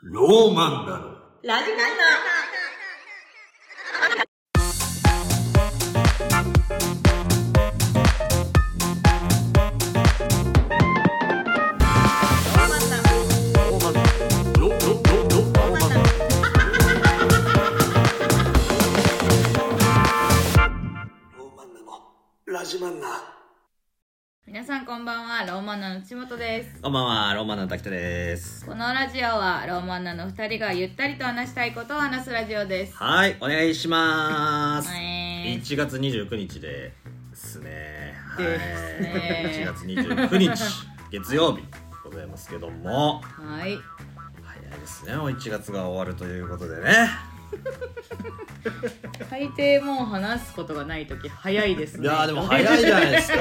ローマンだろ。ラジナナロ、ロ、ロ、ロ、ローマンだろ。ローマンなの。ラジマンナ。皆さんこんばんはローマンナの千本ですこんばんは、ローマンの滝田です。このラジオはローマンナの2人がゆったりと話したいことを話すラジオですはい、お願いします。はい1月29日ですね。はい。ですね1月29日、月曜日でございますけども、はい早いですね、もう1月が終わるということでね。大抵もう話すことがない時早いですいねやーでも早いじゃないですか。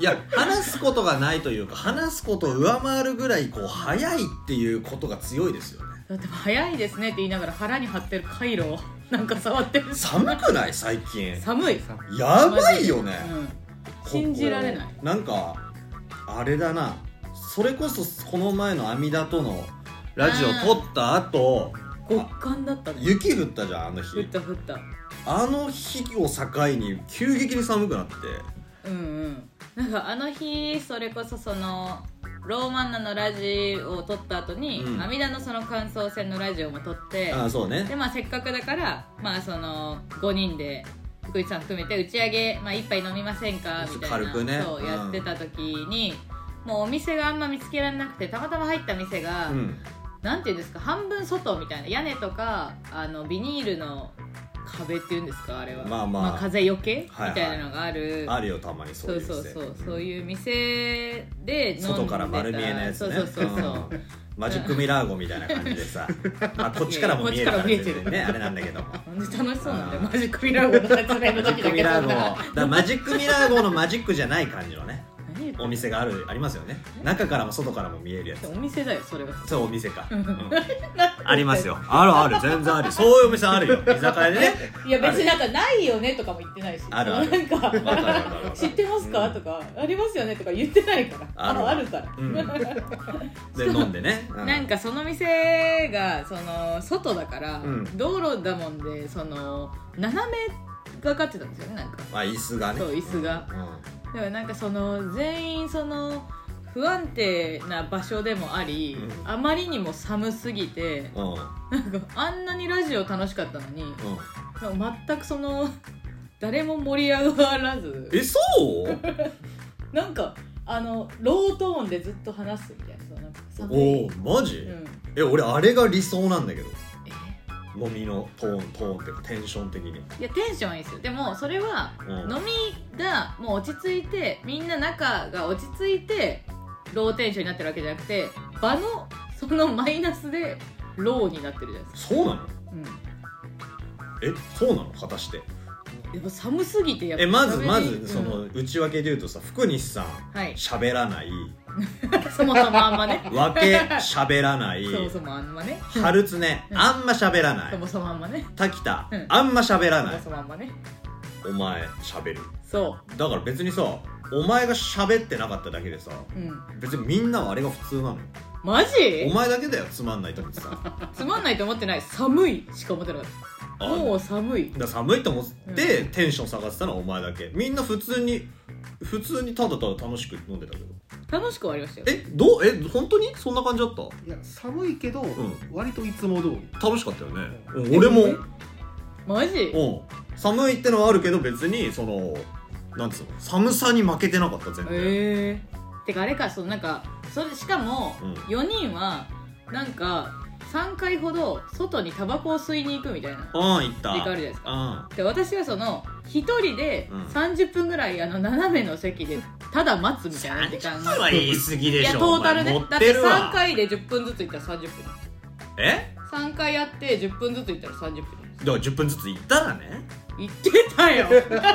いや、話すことがないというか、話すことを上回るぐらい、こう、早いっていうことが強いですよね。だって早いですねって言いながら腹に張ってるカイロをなんか触ってる寒くない最近。寒いやばいよね。うん信じられないここなんかあれだなそれこそこの前の阿弥陀とのラジオ撮った後極寒だったね雪降ったじゃんあの降っ日た降ったあの日を境に急激に寒くなってうんうんなんかあの日それこそそのローマンナのラジオを撮った後に、うん阿弥陀のその感想戦のラジオも撮ってああそうねでまあせっかくだからまあその5人で福井さん含めて打ち上げ、まあ、1杯飲みませんかみたいな軽くねそううんやってた時に、もうお店があんま見つけられなくてたまたま入った店が、うんなんていうんですか半分外みたいな屋根とかあのビニールの壁っていうんですかあれはまあまあ風よけ、はいはいみたいなのがあるあるよたまにそそういうう店そうそうそういう店で飲んでた外から丸見えのやつねそうそうそうそううんマジックミラー号みたいな感じで さまあこっちからも見えるから別にねあれなんだけどもなんで楽しそうなんだようんマジックミラー号の説明マのジック時だミけラー号そんだなからマジックミラー号のマジックじゃない感じのね何言ってんのお店があるありますよね中からも外からも見えるやつお店だよそれはそうお店か、うんうんありますよあるある全然あるそういうお店あるよ居酒屋でねいや別になんかないよねとかも言ってないしあるあるなんか わかるわかるわかる知ってますか、うんとかありますよねとか言ってないからあるわああるから、うんで飲んでね、 うなんかその店がその外だから、うん道路だもんでその斜めがかってたんですよねなんかまあ椅子がねそう椅子が、だからなんかその全員その不安定な場所でもあり、うんあまりにも寒すぎてうんうんうんなんかあんなにラジオ楽しかったのになんか全くその 誰も盛り上がらずえそうなんかあのロートーンでずっと話すみたいなそのなんか寒いおおマジ、うん、え俺あれが理想なんだけどえ飲みのトーントーンっていうかテンション的にいやテンションはいいですよでもそれはうん飲みがもう落ち着いてみんな仲が落ち着いてローテンションになってるわけじゃなくて場のそのマイナスでローになってるじゃないですか、そうなのうん、えそうなの果たしてやっぱ寒すぎてやっぱえまず喋りまうんずその内訳で言うとさ福西さんはい喋らないそもそもあんまねわけ喋ら ないそもそもあんまね春つねうんあんま喋らなそいもそもあんまね滝田うんあんま喋らなそもいそもあんまねお前喋るそだから別にさお前が喋ってなかっただけでさううん別にみんなはあれが普通なのよマジお前だけだよつまんないと思って さつまんないと思ってない寒いしか思ってなかっあたもう寒いだから寒いと思ってテンション下がってたのはお前だけみんな普通に普通にただただ楽しく飲んでたけど楽しく終わりましたよえどうえ本当にそんな感じだったいや寒いけど、ん割といつも 通り楽しかったよね、ううん俺も、えマジうん、寒いってのはあるけど別にそのなんつうの寒さに負けてなかった全然、えー、てかあれかそのなんかそれしかもうん4人はなんか3回ほど外にタバコを吸いに行くみたいなうん行った時間あるじゃないですかうんで私はその1人でうん30分ぐらいあの斜めの席でただ待つみたいな時間それは言い過ぎでいしょやトータルお前ね持だっっててるわ3回で10分ずつ行ったら30分え3回やって10分ずつ行ったら30分だから10分ずつ行ったらね行ってた よ10分ずつ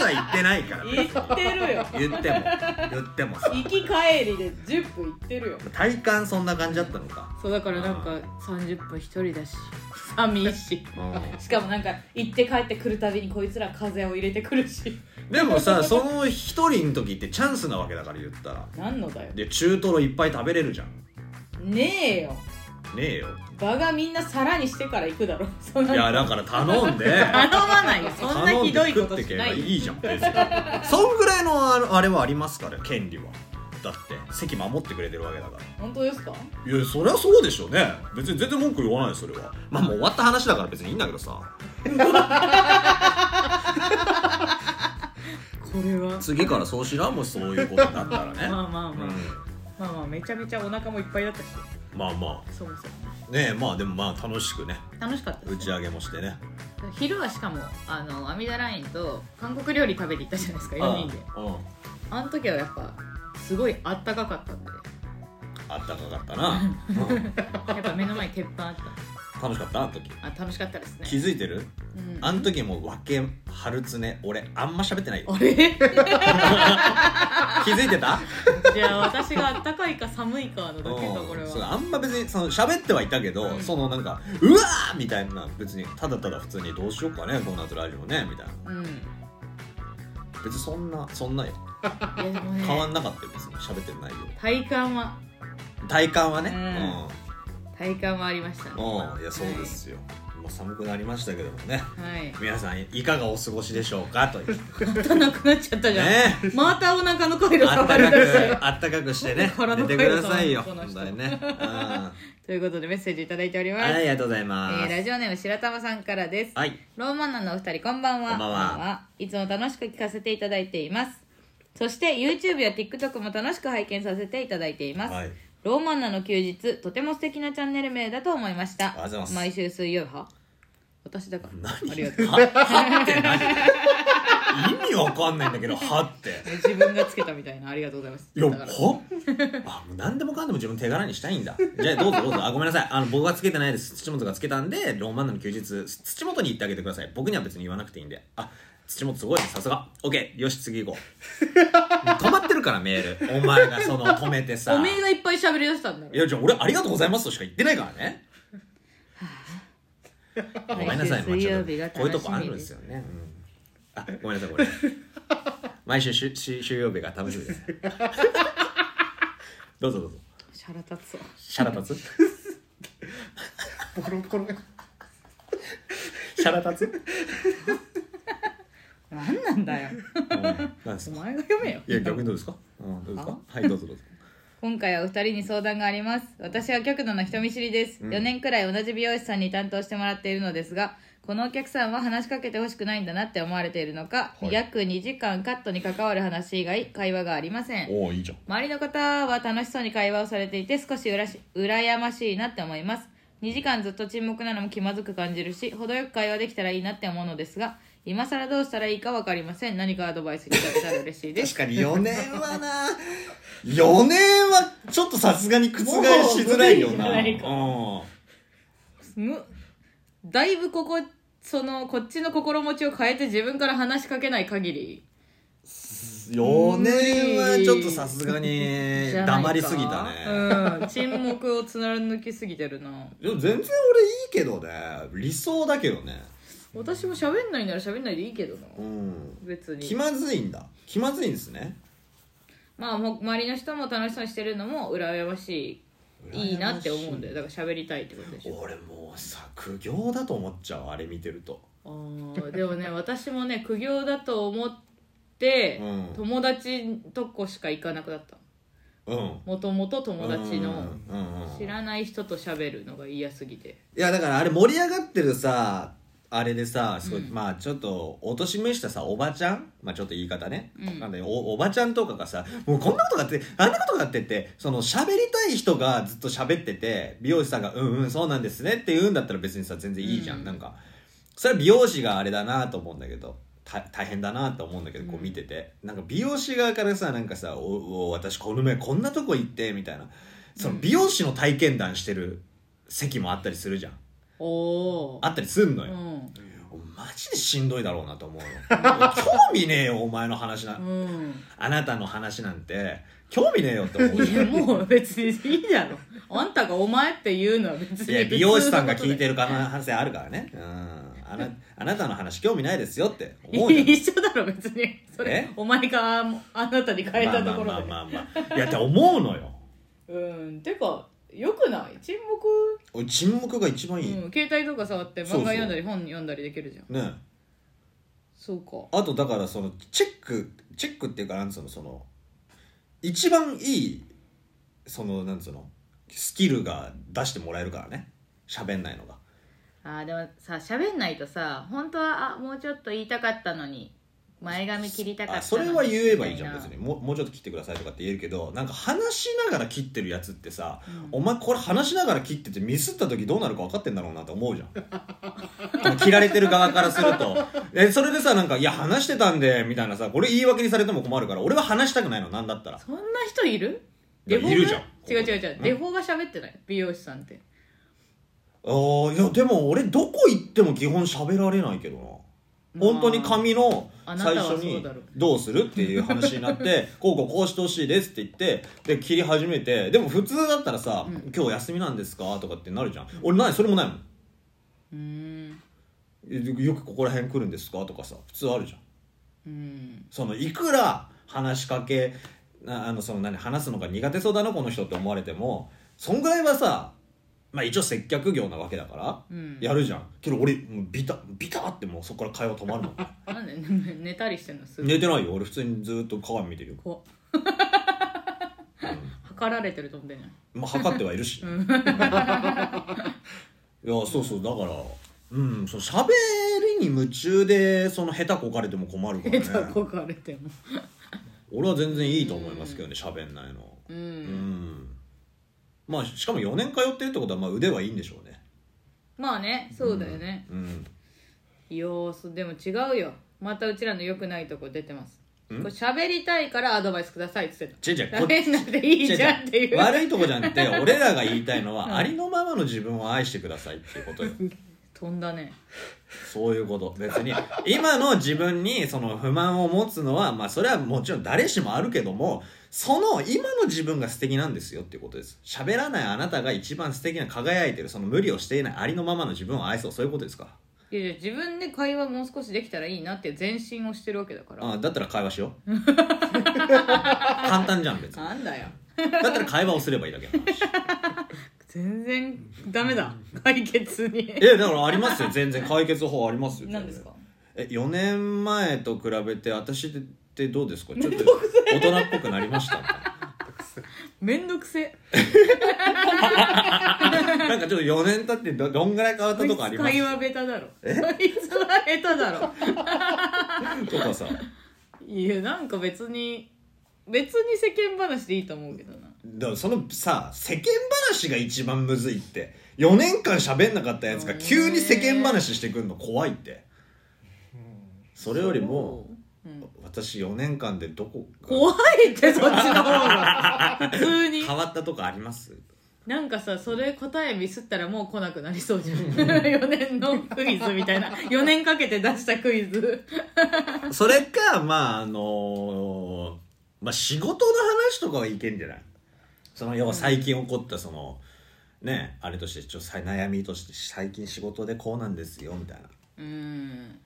は行ってないから行ってるよ言っても言ってもさ行き帰りで10分行ってるよ体感そんな感じだったのかそうだからなんか30分一人だし 寂しいうん しかもなんか行って帰ってくるたびにこいつら風を入れてくるしでも さその一人の時ってチャンスなわけだから言ったら何のだよで中トロいっぱい食べれるじゃんねえよねえよ場がみんな皿にしてから行くだろそんないやだから頼んで頼まないよそんな頼ひんどでい食こっとてしけなばいよいいじゃん別にそんぐらいのあのあれはありますから権利はだって席守ってくれてるわけだから本当ですかいやそりゃそうでしょうね別に全然文句言わないそれはまあもう終わった話だから別にいいんだけどさこれは次からそうしらもしそういうことになったらねまあまあうまあ、んまあまあめちゃめちゃお腹もいっぱいだったしまあまそもそもあねえまあでもまあ楽しくね楽しかったです打ち上げもしてね昼はしかもあのアミダラインと韓国料理食べて行ったじゃないですか4人でうんうんあの時はやっぱすごいあったかかっ たんであったかかったな、うんやっぱ目の前に鉄板あった楽しかったあの時あ楽しかったですね気づいてるうんあの時もうわけ春つね俺あんま喋ってないよ あれ気づいてたじゃあ私があったかいか寒いかのだけかこれうんそうはあんま別にその喋ってはいたけど、うんそのなんか「うわー!」みたいな別にただただ普通に「どうしようかねこの夏ラジオね」みたいなうんい別にそんなそんなよやでも変わねんなかったよ別に喋ってる内容体感は体感はねう体感はありましたうねん、うん、いやそうですよ、もう寒くなりましたけどもねはい皆さんいかがお過ごしでしょうかという ねまたなくなっちゃったじゃん、またお腹の回路あっ触たるかんですよくあったかくしてね体寝のて回路くださいよこの本人当にね、うん、あということでメッセージいただいております、りがとうございえまーす、ラジオネーム白玉さんからですはいローマンナのお二人こんばんはこんばんはいつも楽しく聞かせていただいていますそして YouTube や TikTok も楽しく拝見させていただいています、はいローマンナの休日とても素敵なチャンネル名だと思いましたありがとうございます毎週水曜派私だから何ありがとうははって何意味わかんないんだけど「は」って自分がつけたみたいなありがとうございますいや「だからは」あもう何でもかんでも自分手柄にしたいんだじゃあどうぞどうぞあごめんなさいあの僕はつけてないです土本がつけたんでローマンナの休日土本に行ってあげてください僕には別に言わなくていいんであ土本すごいねさすが OK よし次行こう止まってるからメールお前がその止めてさ おめえがいっぱい喋り出したんだろいやじゃあ俺ありがとうございますとしか言ってないからねごめんなさい、まあ毎ち週水ょ曜っと日がこういうとこあ楽るんでしみですすよね、うんあごめんなさいこれ毎週週週週曜日が楽しみですどうぞどうぞシャラ立つわシャラ立つボロボロシャラ立つ、何なんだようん、なんですおか前が読めよいや逆にどうですか、うん、どうですかはいどうぞどうぞ今回はお二人に相談があります私は極度の人見知りです、ん4年くらい同じ美容師さんに担当してもらっているのですがこのお客さんは話しかけてほしくないんだなって思われているのか、はい約2時間カットに関わる話以外会話がありませんおおいいじゃん周りの方は楽しそうに会話をされていて少しうらし羨ましいなって思います2時間ずっと沈黙なのも気まずく感じるし程よく会話できたらいいなって思うのですが今更どうしたらいいか分かりません何かアドバイスいただけたら嬉しいですかに4年はな4年はちょっとさすがに覆しづらいよなもう無理じゃないかうんむだいぶここそのこっちの心持ちを変えて自分から話しかけない限り4年はちょっとさすがにじゃないか黙りすぎたね、うん沈黙を貫きすぎてるなでも全然俺いいけどね理想だけどね私も喋んないなら喋んないでいいけどなうん別に気まずいんだ気まずいんですねまあもう周りの人も楽しそうにしてるのも羨ましいいいなって思うんだよだから喋りたいってことでしょ俺もうさ苦行だと思っちゃうあれ見てるとあーでも ね私もね苦行だと思っうて、ん友達とこしか行かなくなったうんもともと友達うんのうんうん知らない人と喋るのが嫌すぎていやだからあれ盛り上がってるさあれでさすごい、うんまあちょっとおとしめしたさおばちゃんまあちょっと言い方ね、うんなんでおおばちゃんとかがさもうこんなことがあってあんなことがあってってその喋りたい人がずっと喋ってて美容師さんが「うんうんそうなんですね」って言うんだったら別にさ全然いいじゃん、うんなんかそれは美容師があれだなと思うんだけどた大変だなと思うんだけどこう見てて、なんか美容師側からさなんかさ「おお私この前こんなとこ行って」みたいなその美容師の体験談してる席もあったりするじゃんおおあったりすんのうよ、んマジでしんどいだろうなと思うよ興味ねえよお前の話な、うんあなたの話なんて興味ねえよって思 ういやよもう別にいいだろあんたがお前って言うのは別いにや美容師さんが聞いてるる可能性あるからねうんあなあなたの話興味ないですよって思 うじゃん一緒だろ別にそれえお前があなたに変えたところまあまあまで、あまあまあいやって思うのようんてかよくない沈黙、俺沈黙が一番いい、うん、携帯とか触ってそうそう漫画読んだり本読んだりできるじゃんねそうかあとだからそのチェックチェックっていうかなんつうのその一番いいそのなんつうのスキルが出してもらえるからね喋んないのがあーでもさ喋んないとさ本当はあもうちょっと言いたかったのに前髪切りたかったあそれは言えばいいじゃんみた別なにもうもうちょっと切ってくださいとかって言えるけどなんか話しながら切ってるやつってさ、うんお前これ話しながら切っててミスった時どうなるか分かってんだろうなって思うじゃん切られてる側からすると えそれでさなんか「いや話してたんで」みたいなさこれ言い訳にされても困るから俺は話したくないのなんだったらそんな人いるいやデフォがいるじゃん違う違う違ううんデフォが喋ってない美容師さんってあーいやでも俺どこ行っても基本喋られないけどな本当に紙のあな最たは初そうにだろう「どうする?」っていう話にな って「こうこうこうしてほしいです」って言ってで切り始めてでも普通だったらさ「うん今日休みなんですか?」とかってなるじゃん俺ないそれもないもんうーんえよくここら辺来るんですかとかさ普通あるじゃんうんそのいくら話しかけなあのその何話すのが苦手そうだなこの人って思われてもそんぐらいはさまあ一応接客業なわけだからうんやるじゃんけど俺もうビタビタってもうそこから会話止ま るのなんでね寝たりしてんのすぐ寝てないよ俺普通にずっと鏡見てるよ、こうんう測られてると思ってんじゃんまあ測ってはいるし、 いやそうそうだからうんその喋りに夢中でその下手こかれても困る下手からねこかれても俺は全然いいと思いますけどね喋んないのううん、んまあしかも4年通ってるってことはまあ腕はいいんでしょうねまあねそうだよねうんいやーそでも違うよまたうちらの良くないとこ出てますこんれ喋りたいからアドバイスくださいっつって違う違うたこっち喋んなくていいじゃんっていう悪いとこじゃなくて俺らが言いたいのは、ありのままの自分を愛してくださいっていうことよ飛んだねそういうこと別に今の自分にその不満を持つのはまあそれはもちろん誰しもあるけどもその今の自分が素敵なんですよっていうことです喋らないあなたが一番素敵な輝いてるその無理をしていないありのままの自分を愛そうそういうことですからいやいや自分で会話もう少しできたらいいなって前進をしてるわけだからあだったら会話しよ う簡単じゃん別になんだよだったら会話をすればいいだけの 話全然ダメだ解決にえだからありますよ全然解決法ありますよ何ですかえ4年前と比べて私ってどうですかちょっと大人っぽくなりましたみたいなめんどくせなんかちょっと4年経ってどどんぐらい変わったとかあります会話ベタだろそいつは下手だろとかさいやなんか別に別に世間話でいいと思うけどなだからそのさ世間話が一番むずいって4年間喋んなかったやつが急に世間話してくんの怖いってそれよりもうん私4年間でどこが怖いってそっちの方が普通に変わったとかありますなんかさそれ答えミスったらもう来なくなりそうじゃ ん 4年のクイズみたいな4年かけて出したクイズそれかまああのまあ仕事の話とかはいけんじゃないその要は最近起こったその、ねあれとしてちょっとさ悩みとして最近仕事でこうなんですよみたいなうんうん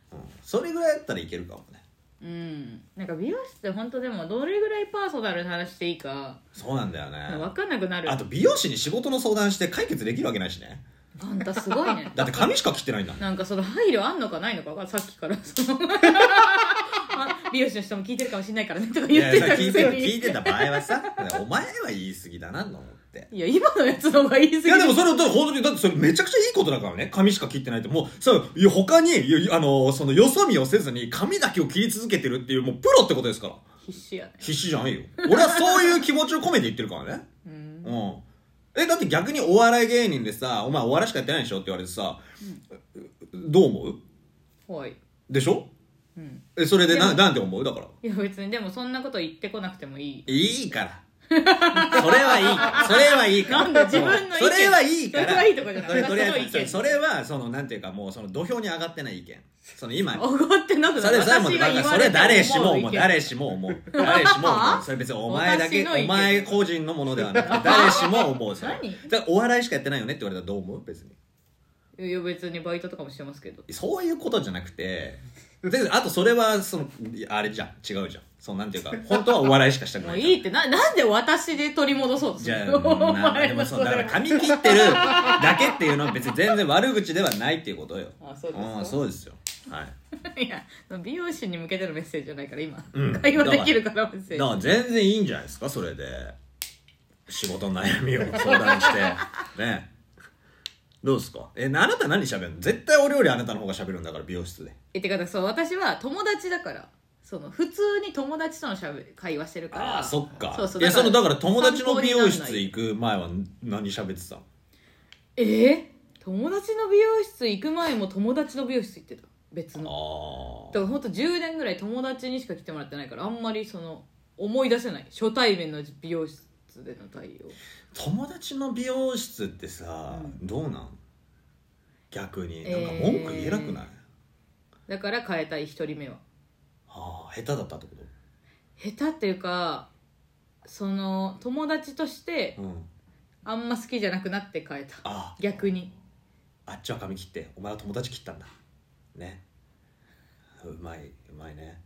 それぐらいだったらいけるかもねうんなんか美容室って本当でもどれぐらいパーソナルな話していいかそうなんだよね分かんなくなるあと美容師に仕事の相談して解決できるわけないしねあんたすごい ねだって髪しか切ってないんだもんなんかその配慮あんのかないのか分かんないさっきからそ のあ美容師の人も聞いてるかもしれないからねとかい 言っやいてやた聞いてくせに聞いてた場合はさお前は言い過ぎだなと思っていや今のやつの方が言い過いぎやでもそれだって本当にだってそれめちゃくちゃいいことだからね髪しか切ってないってもうそういや他にいやあのそのよそ見をせずに髪だけを切り続けてるっていうもうプロってことですから必死やね必死じゃないよ俺はそういう気持ちを込めて言ってるからねうんうん。え、だって逆にお笑い芸人でさ、お前お笑いしかやってないでしょって言われてさ、どう思うほいでしょうんえ、それででな、もなんて思うだから。いや別にでもそんなこと言ってこなくてもいいいいから。それはいいから。それはいいから。なんだ自分の意見それはいいから。それはいいとかじゃないそれとりあそれは意え見ず、それは、その、なんていうかもう、その土俵に上がってない意見。その今、上がってなくなそれ、それはもう、私だかがら言そわれれはても誰しも思思うう。意見誰しも思う。誰しも思 う。それ別にお前だけ、私の意見お前個人のものではなくて、誰しも思う。それ何だからお笑いしかやってないよねって言われたらどう思う別に。いや別にバイトとかもしてますけどそういうことじゃなくてであとそれはそのいやあれじゃん違うじゃんそうなんていうか本当はお笑いしかしたくもなういいいってななんで私で取り戻そうとすじゃるあ、 のおな前でのもそそう、れだからは髪切ってるだけっていうのは別に全然悪口ではないっていうことよ。あそうですかんそうですよ。はい。いや美容師に向けてのメッセージじゃないから今、うん会話できるからメッセだーかジら全然いいんじゃないですか、それで。仕事の悩みを相談 して。ね。どうですかえ、あなた何喋るの絶対俺よりあなたの方が喋るんだから、美容室で。えてかそう私は友達だからその普通に友達とのしゃべ会話してるからああ、そっか。そうそういや、だからその、だから友達の美容参考にならな室い行く前は何喋ってたのえー友達の美容室行く前も友達の美容室行ってた別あのだからほんと10年ぐらい友達にしか来てもらってないからあんまりその思い出せない初対面の美容室での対応あ。友達の美容室ってさ、どうなん逆に。なんか文句言えなくない、だから変えたい1人目はああ下手だったってこ下手っていうかその友達としてとうんあんま好きじゃなくなって変えたあ逆にああっちは髪切ってお前は友達切ったんだねうまいうまいね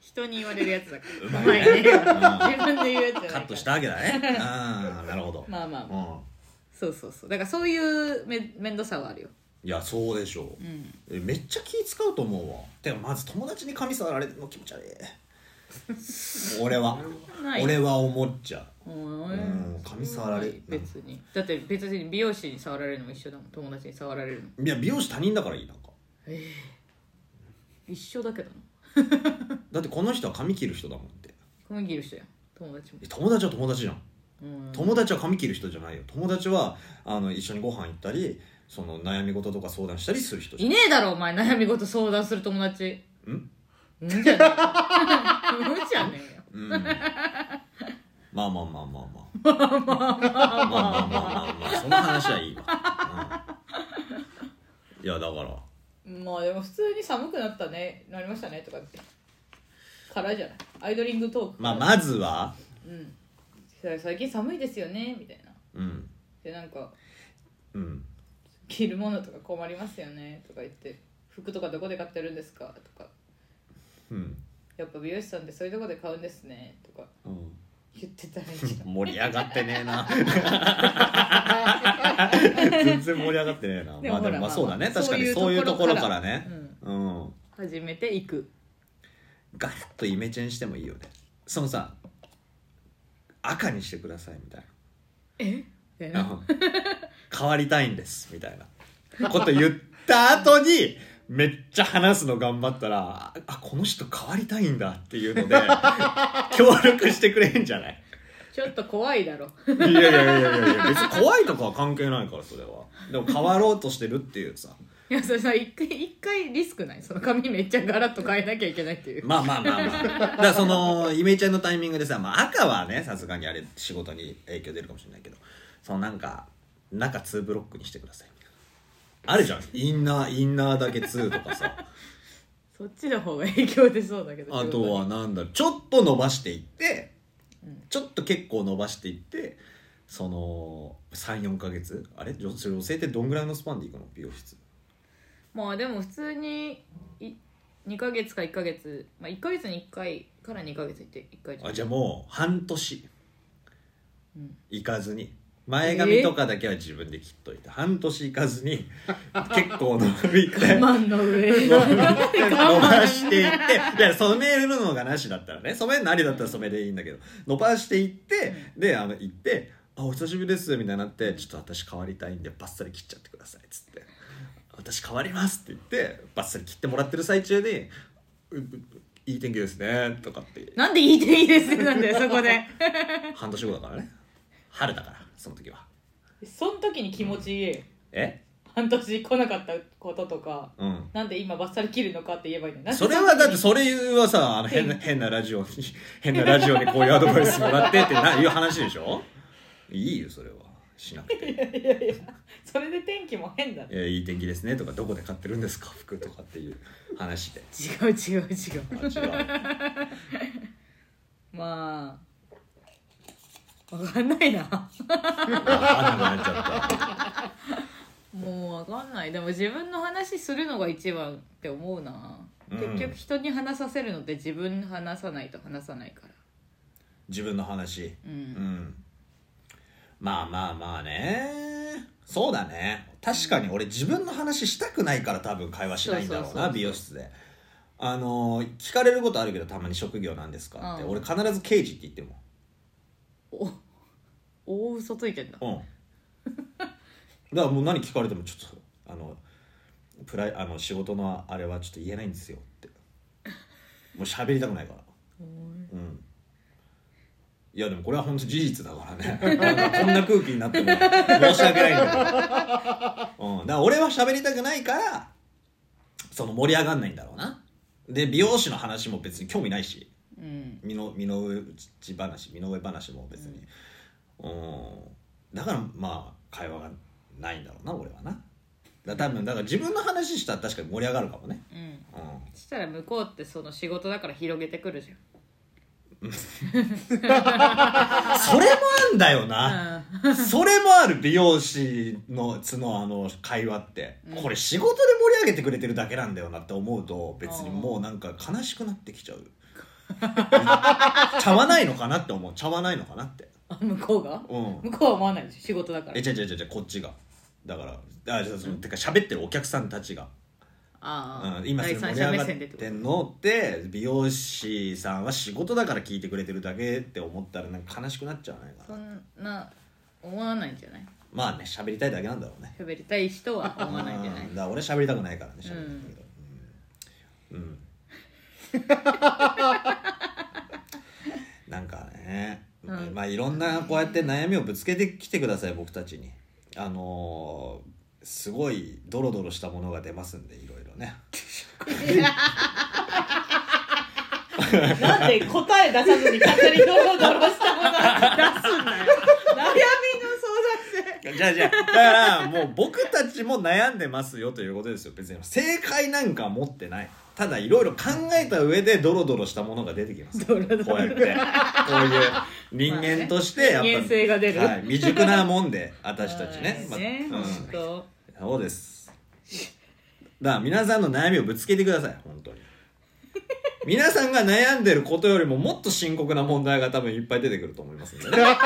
人に言われるやつだかうらまういまいうねん自分で言うやつじゃないカットしたたわけだね ああなるほど、まあまあまあうそうそうそうだからそういうめ面倒さはあるよんいやそうでしょううんえめっちゃ気使うと思うわてかまず友達に髪触られるの気持ち悪い俺はない俺は思っちゃううんうん髪触られない別にだって別に美容師に触られるのも一緒だもん友達に触られるのいや美容師他人だからいいなんか一緒だけどなだってこの人は髪切る人だもんって髪切る人やん友達もえ友達は友達じゃんうん友達は髪切る人じゃないよ友達はあの一緒にご飯行ったりその悩み事とか相談したりする人じいねえだろお前悩み事相談する友達ゃんんうんじゃねえようんじゃねえようんまあまあまあまあまあまあまあまあまあまあその話はいいわ、うんいやだからまあでも普通に寒くなったねなりましたねとかってからじゃないアイドリングトークまあまずはうん最近寒いですよねみたいなうんでなんかうん着るものとか困りますよねとか言って服とかどこで買ってるんですかとかうん、やっぱ美容師さんってそういうとこで買うんですねとかうん、言ってたらいいじゃん盛り上がってねえ な全然盛り上がってねえなでもまあでもまほらあそうだねまあ確かにそそうういいううととこころろかかららねうん始めていくガラッとイメチェンしてもいいよねそのさ赤にしてくださいみたいみたいな、な変わりたいんですみたいなこと言った後にめっちゃ話すの頑張ったらあこの人変わりたいんだっていうので協力してくれんじゃないちょっと怖いだろいやいやいやいやいや別に怖いとかは関係ないからそれはでも変わろうとしてるっていうさいやそれさ一回一回リスクないその髪めっちゃガラッと変えなきゃいけないっていうまあまあまあまあだからそのイメチェンのタイミングでさ、まあ、赤はねさすがにあれ仕事に影響出るかもしれないけどそのなんか中2ブロックにしてくださいみたいなあるじゃんインナーインナーだけ2とかさそっちの方が影響出そうだけどあと仕はなんだろうちょっと伸ばしていってちょっと結構伸ばしていってその34か月あれ女女性ってどんぐらいのスパンでいくの美容室事にまあでも普通にい2ヶ月か1ヶ月まあ1ヶ月に1回から2ヶ月行って1回あじゃあもう半年、行かずに前え髪ーとかだけは自分で切っといて、半年行かずに結構伸びて 我慢の上伸ばしていっていや染めるのがなしだったらね染めるのありだったら染めでいいんだけど伸ばしていってであの行って「あお久しぶりです」みたいになって「ちょっと私変わりたいんでバッサリ切っちゃってください」っつって「私変わります」って言ってバッサリ切ってもらってる最中にうう「いい天気ですね」とかってなんで言いていいですねなんだよそこで半年後だからね春だからその時はそん時に気持ちいいえ半年来なかったこととかうんなんで今バッサリ切るのかって言えばいいのになんでそれはだってそれはさあの変な変なラジオに 変なラジオにこういうアドバイスもらってってないう話でしょいいよそれはしなく ていやいやそれで天気も変 だ「えいい天気ですね」とか「どこで買ってるんですか服」とかっていう話 で違う違う違うあ違うまあわかんないなああんなくなっちゃったもうわかんないでも自分の話するのが一番って思うな、うん結局人に話させるのって自分話さないと話さないから自分の話ううんんまあまあまあねそうだね確かに俺自分の話したくないから多分会話しないんだろうそうそうそうそなう美容室であのー聞かれることあるけどたまに職業なんですかって、うん俺必ず刑事って言ってるお大嘘ついてんだもん うんだからもう何聞かれてもちょっとあのプライあの仕事のあれはちょっと言えないんですよってもう喋りたくないからうんいやでもこれは本当事実だからね なんかこんな空気になっても申し訳ないんだけど、うん、だから俺は喋りたくないからその盛り上がんないんだろうなで美容師の話も別に興味ないしうん身の身の上話身の上話も別に、うん、だからまあ会話がないんだろうな俺はなだから多分だから自分の話したら確かに盛り上がるかもね、うんうん、そしたら向こうってその仕事だから広げてくるじそれもあんだよゃな、ん、うん、それもある美容師のつのあの会話って、うんこれ仕事で盛り上げてくれてるだけなんだよなって思うと別にもうなんか悲しくなってき ちゃう茶わないのかなって思う茶わないのかなって あ向こうがうん向こうは思わないでしょ仕事だからえ違う違う違う違うこっちがだからあじゃあそのてか喋ってるお客さんたちが、ああ、うん、今そ第れ盛三り者上目がっ線でってこてんのって美容師さんは仕事だから聞いてくれてるだけって思ったらなんか悲しくなっちゃわないとかそなんな思わないんじゃないまあね喋りたいだけなんだろうね喋りたい人は思わないんじゃなういんだから俺喋りたくないからね喋りたいけどうん、うん なんかね、うんまあいろんなこうやって悩みをぶつけてきてください僕たちにあのーすごいドロドロしたものが出ますんでいろいろねなんで答え出さずに語りドロドロしたもの出すんだよ悩みの相談性じゃあじゃあだからもう僕たちも悩んでますよということですよ別に正解なんか持ってないただいろいろ考えた上でドロドロしたものが出てきますドロド ロこうやってこういう人間としてやっぱ、人間性が出るはい、未熟なもんで私たち ね,まあ、ね、うん本当そうですだから皆さんの悩みをぶつけてください本当 に皆さんが悩んでることよりももっと深刻な問題が多分いっぱい出てくると思いますんでね確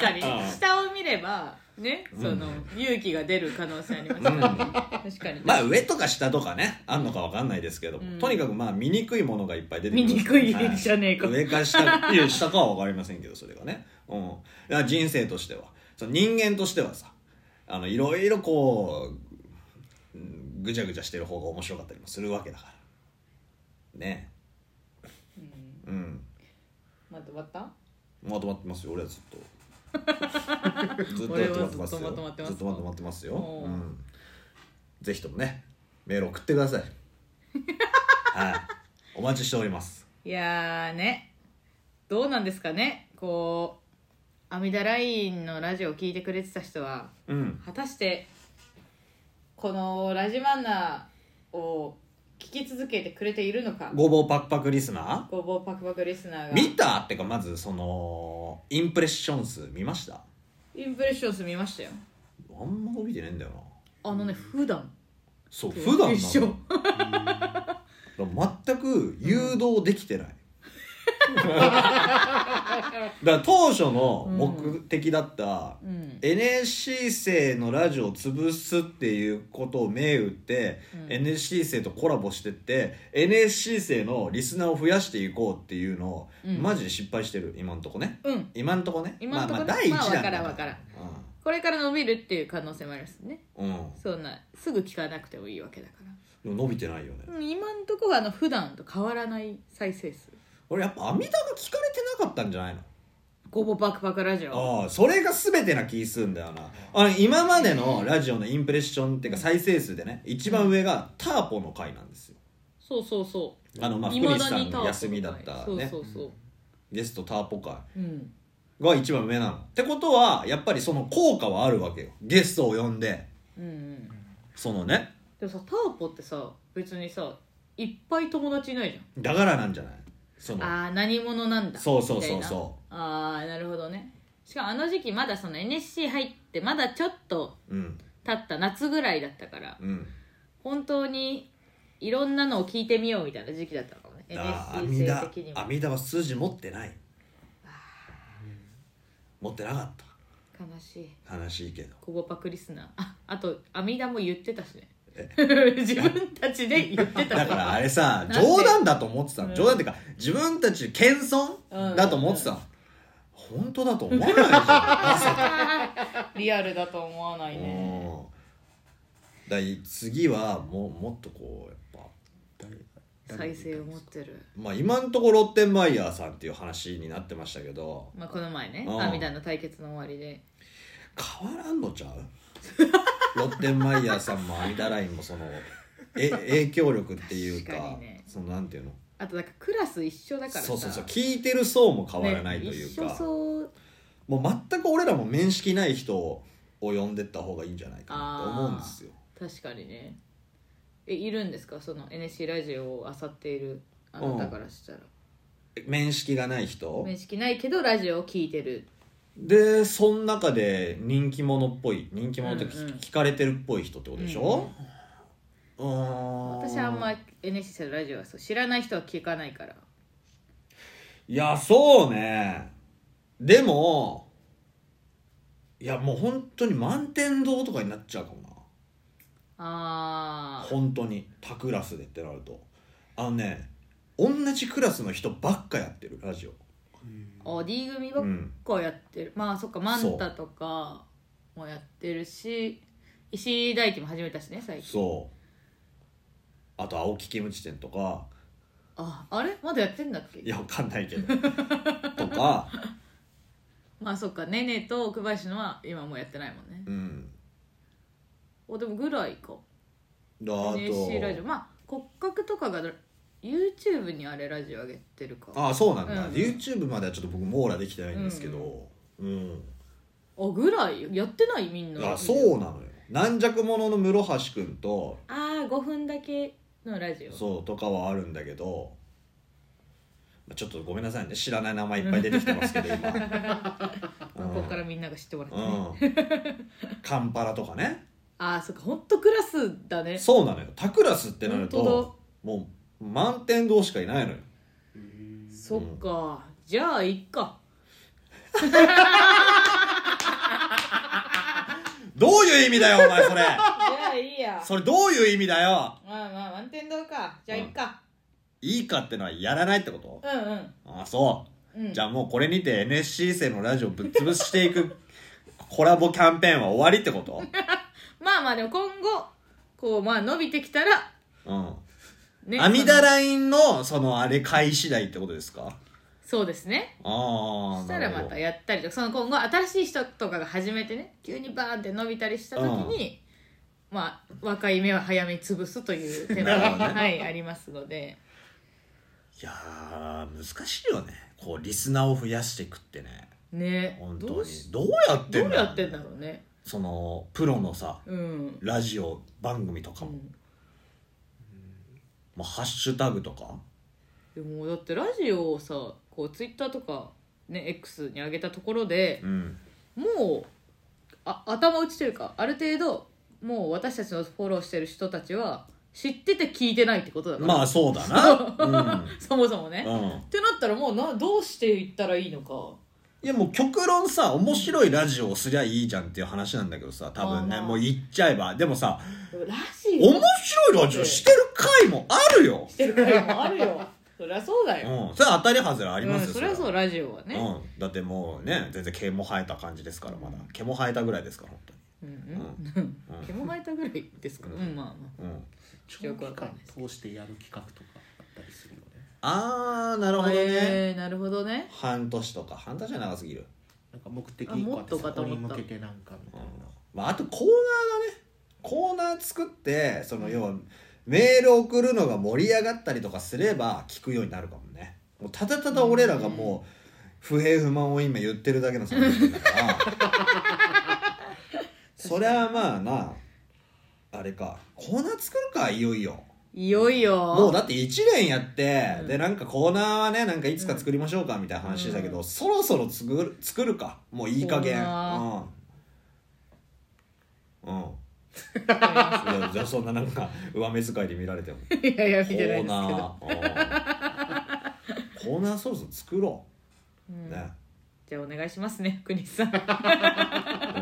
かにうん下を見ればねその、勇気が出る可能性ありますからね、確かに、まあ上とか下とかねあんのかわかんないですけども、うんとにかくまあ醜いものがいっぱい出てくる醜いじゃねえか上か下っていう下かはわかりませんけどそれがね、うん、だから人生としてはその人間としてはさあのいろいろこううんぐちゃぐちゃしてる方が面白かったりもするわけだからねうんうんまとまったまとまってますよ俺はずっ とずっと俺はまとまってますよずっとまとまってますずっとまとまってますよ、おう、うんぜひともねメール送ってくださ いはいお待ちしておりますいやーねどうなんですかねこう阿弥陀ラインのラジオを聞いてくれてた人はうん果たしてこのラジマンナーを聞き続けてくれているのかごぼうパクパクリスナごぼうパクパクリスナーーが見たってかまずそのインプレッション数見ましたインプレッションス見ましたよあんま伸びてねえんだよなあのね普段そうと普段なの一緒だから全く誘導できて ない、だから当初の目的だった、うん NSC 生のラジオを潰すっていうことを銘打って、うん NSC 生とコラボしてって NSC 生のリスナーを増やしていこうっていうのを、うんマジで失敗してる今んとこねうん今んとこね今んとこまねあ、まあ第一まあ弾だわからんわうんこれから伸びるっていう可能性もありますねうん、そんなすぐ聞かなくてもいいわけだからでも伸びてないよね、うん今んとこはあの普段と変わらない再生数俺やっぱ阿弥陀が聞かれてなかったんじゃないのごぼうパクパクラジオああそれが全てな気すんだよなあの今までのラジオのインプレッションっていうか再生数でね一番上がターポの回なんですよそうそうそあのまあう福いま西ださんにの休みだったそうねそうそうゲストターポ会うんが一番上なのってことはやっぱりその効果はあるわけよゲストを呼んでうんうんそのねでもさターポってさ別にさいっぱい友達いないじだからなんじゃないそゃんのああー何者なんだそうそうそうみたいなそああなるほどねしかもあの時期まだその NSC 入ってまだちょっとううん経った夏ぐらいだったからうん本当にいろんなのを聞いてみようみたいな時期だったのかもねあ阿 NSC 弥陀生的にも阿弥陀は数字持ってない持ってなかっ悲しいた悲しいけどコボパクリスナーああと阿弥陀も言ってたしねえ 自分たちで言ってただからあれさなんで冗談だと思ってたうのん冗談っていうか自分たち謙うん遜だと思ってたの本当だと思わないじゃんまさかリアルだと思わないねうんだから次はもうもっとこうやっぱ再生を持ってるまあ今のところロッテンマイヤーさんっていう話になってましたけどまあこの前ねうん阿弥陀の対決の終わりで変わらんの ちゃうロッテンマイヤーさんもアミダラインもそのえ影響力っていうか確かにねそのなんていうのあとだからクラス一緒だからさそうそうそう聞いてる層も変わらないというか、ね一緒そうもう全く俺らも面識ない人を呼んでった方がいいんじゃないかなと思うんですよ確かにねえいるんですかその NSC ラジオを漁っているあなたからしたら、面識がない人面識ないけどラジオを聞いてるでその中で人気者っぽい人気者ってうんうん聞かれてるっぽい人ってことでしょ、うーん私はあんま NSC のラジオはそう知らない人は聞かないからいやそうねでもいやもう本当に満天堂とかになっちゃうかもなあー本当に他クラスでってなるとあのね同じクラスの人ばっかやってるラジオあ D 組ばっうんかやってる、まあそっかマンタとかもやってるし石井大輝も始めたしね最近そうあと青木キムチ店とかああれまだやってんだっけいやわかんないけ どとかまあそっかねねと奥林のは今もうやってないもんねうんおでもぐらいかだあ NSC ラジオとまあ骨格とかが YouTube にあれラジオ上げてるかあああそうなんだ、うん YouTube まではちょっと僕網羅できてないんですけどうんぐらいやってないみんなあそうなのよ軟弱者の室橋君とああ5分だけのラジオそうとかはあるんだけどまあちょっとごめんなさいね知らない名前いっぱい出てきてますけど 今まあここからみんなが知ってもらって、うねん、うん、 カンパラとかねああそっかほんとクラスだねそうなのよ他クラスってなる本ともう満点堂しかいないのよそっかじゃあいっかどういう意味だよお前それじゃあいいやそれどういう意味だよまあまあ満点どうかじゃあいっかいいかってのはやらないってことうんうんあそううんじゃあもうこれにて NSC 生のラジオぶっ潰していく コラボキャンペーンは終わりって ことまあまあでも今後こうまあ伸びてきたらうん。ね阿弥陀そのラインの、そのあれ買い次第ってことですかそうですねああ。したらまたややったりとかその今後新しい人とかが始めてね急にバーンって伸びたりした時に、まあ若い目は早めに潰すという手が、なるほどねはいありますのでいやー、難しいよね。こう、リスナーを増やしていくってね。ね本当どうにし。どうやってどんうだろやうってんだろうねその、プロのさ、うん、ラジオ番組とかうも、ん、まあ、ハッシュタグとか。でもだってラジオをさこうツイッターとか、ね、X に上げたところで うん。もうあ頭打ちというかある程度もう私たちのフォローしてる人たちは知ってて聞いてないってことだから、まあ、そうだ な。そもそもね、うん。うん。ってなったらもうなどうしていったらいいのかいやもう極論さ面白いラジオをすりゃいいじゃんっていう話なんだけどさ多分あねーもう言っちゃえばでもさラジオ面白いラジオしてる回もあるよしてる回もあるよ そりゃそうだよ、うん、それは当たり外れあうりますよ、んそりゃそうラジオはね、うん、だってもうね全然毛も生えた感じですからまだ毛も生えたぐらいですから本うん当に毛も生えたぐらいですか、ううんん、まあまあうん、うん、長よくわ期かん間ないです通してやる企画とかあったりするのであーなるほどね、えーなるほどね半年とか半年は長すぎる、なんか目的あ一個もあっってとそかと思こにった向けてなんかみたういんな、まあ、あとコーナーがねコーナー作ってその要はメール送るのが盛り上がったりとかすれば聞くようになるかもねもうただただ俺らがもう不平不満を今言ってるだけの作品だからそりゃまあなあれかコーナー作るかいよいよいよいよもうだって1年やって、うんでなんかコーナーはねなんかいつか作りましょうかみたいな話でしたけど、うんそろそろ作る作るかもういい加減コーナうん、うん、わかいやじゃあそんななんか 上目遣いで見られてもりますいやいや見コてないーですけどナーうんコーナーそろそろ作ろううんねじゃあお願いしますね福西さんで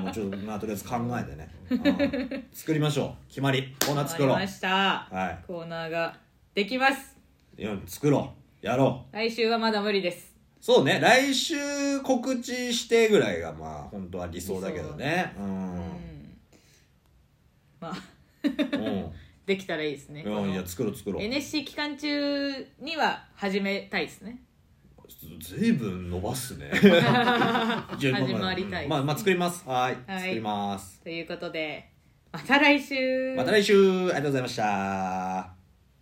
もちょっとまあとりあえず考えてねうん作りましょう決まりコーナー作ろうわかりましたはコーナーができますいいや作ろうやろう来週はまだ無理ですそうね来週告知してぐらいがまあ本当は理想だけどねううんまあうんできたらいいですねいやいや作ろう作ろう NSC 期間中には始めたいですねずいぶん伸ばす ね始始まりたいまあまあ作りますはいはい作りますということでまた来週また来週ありがとうございました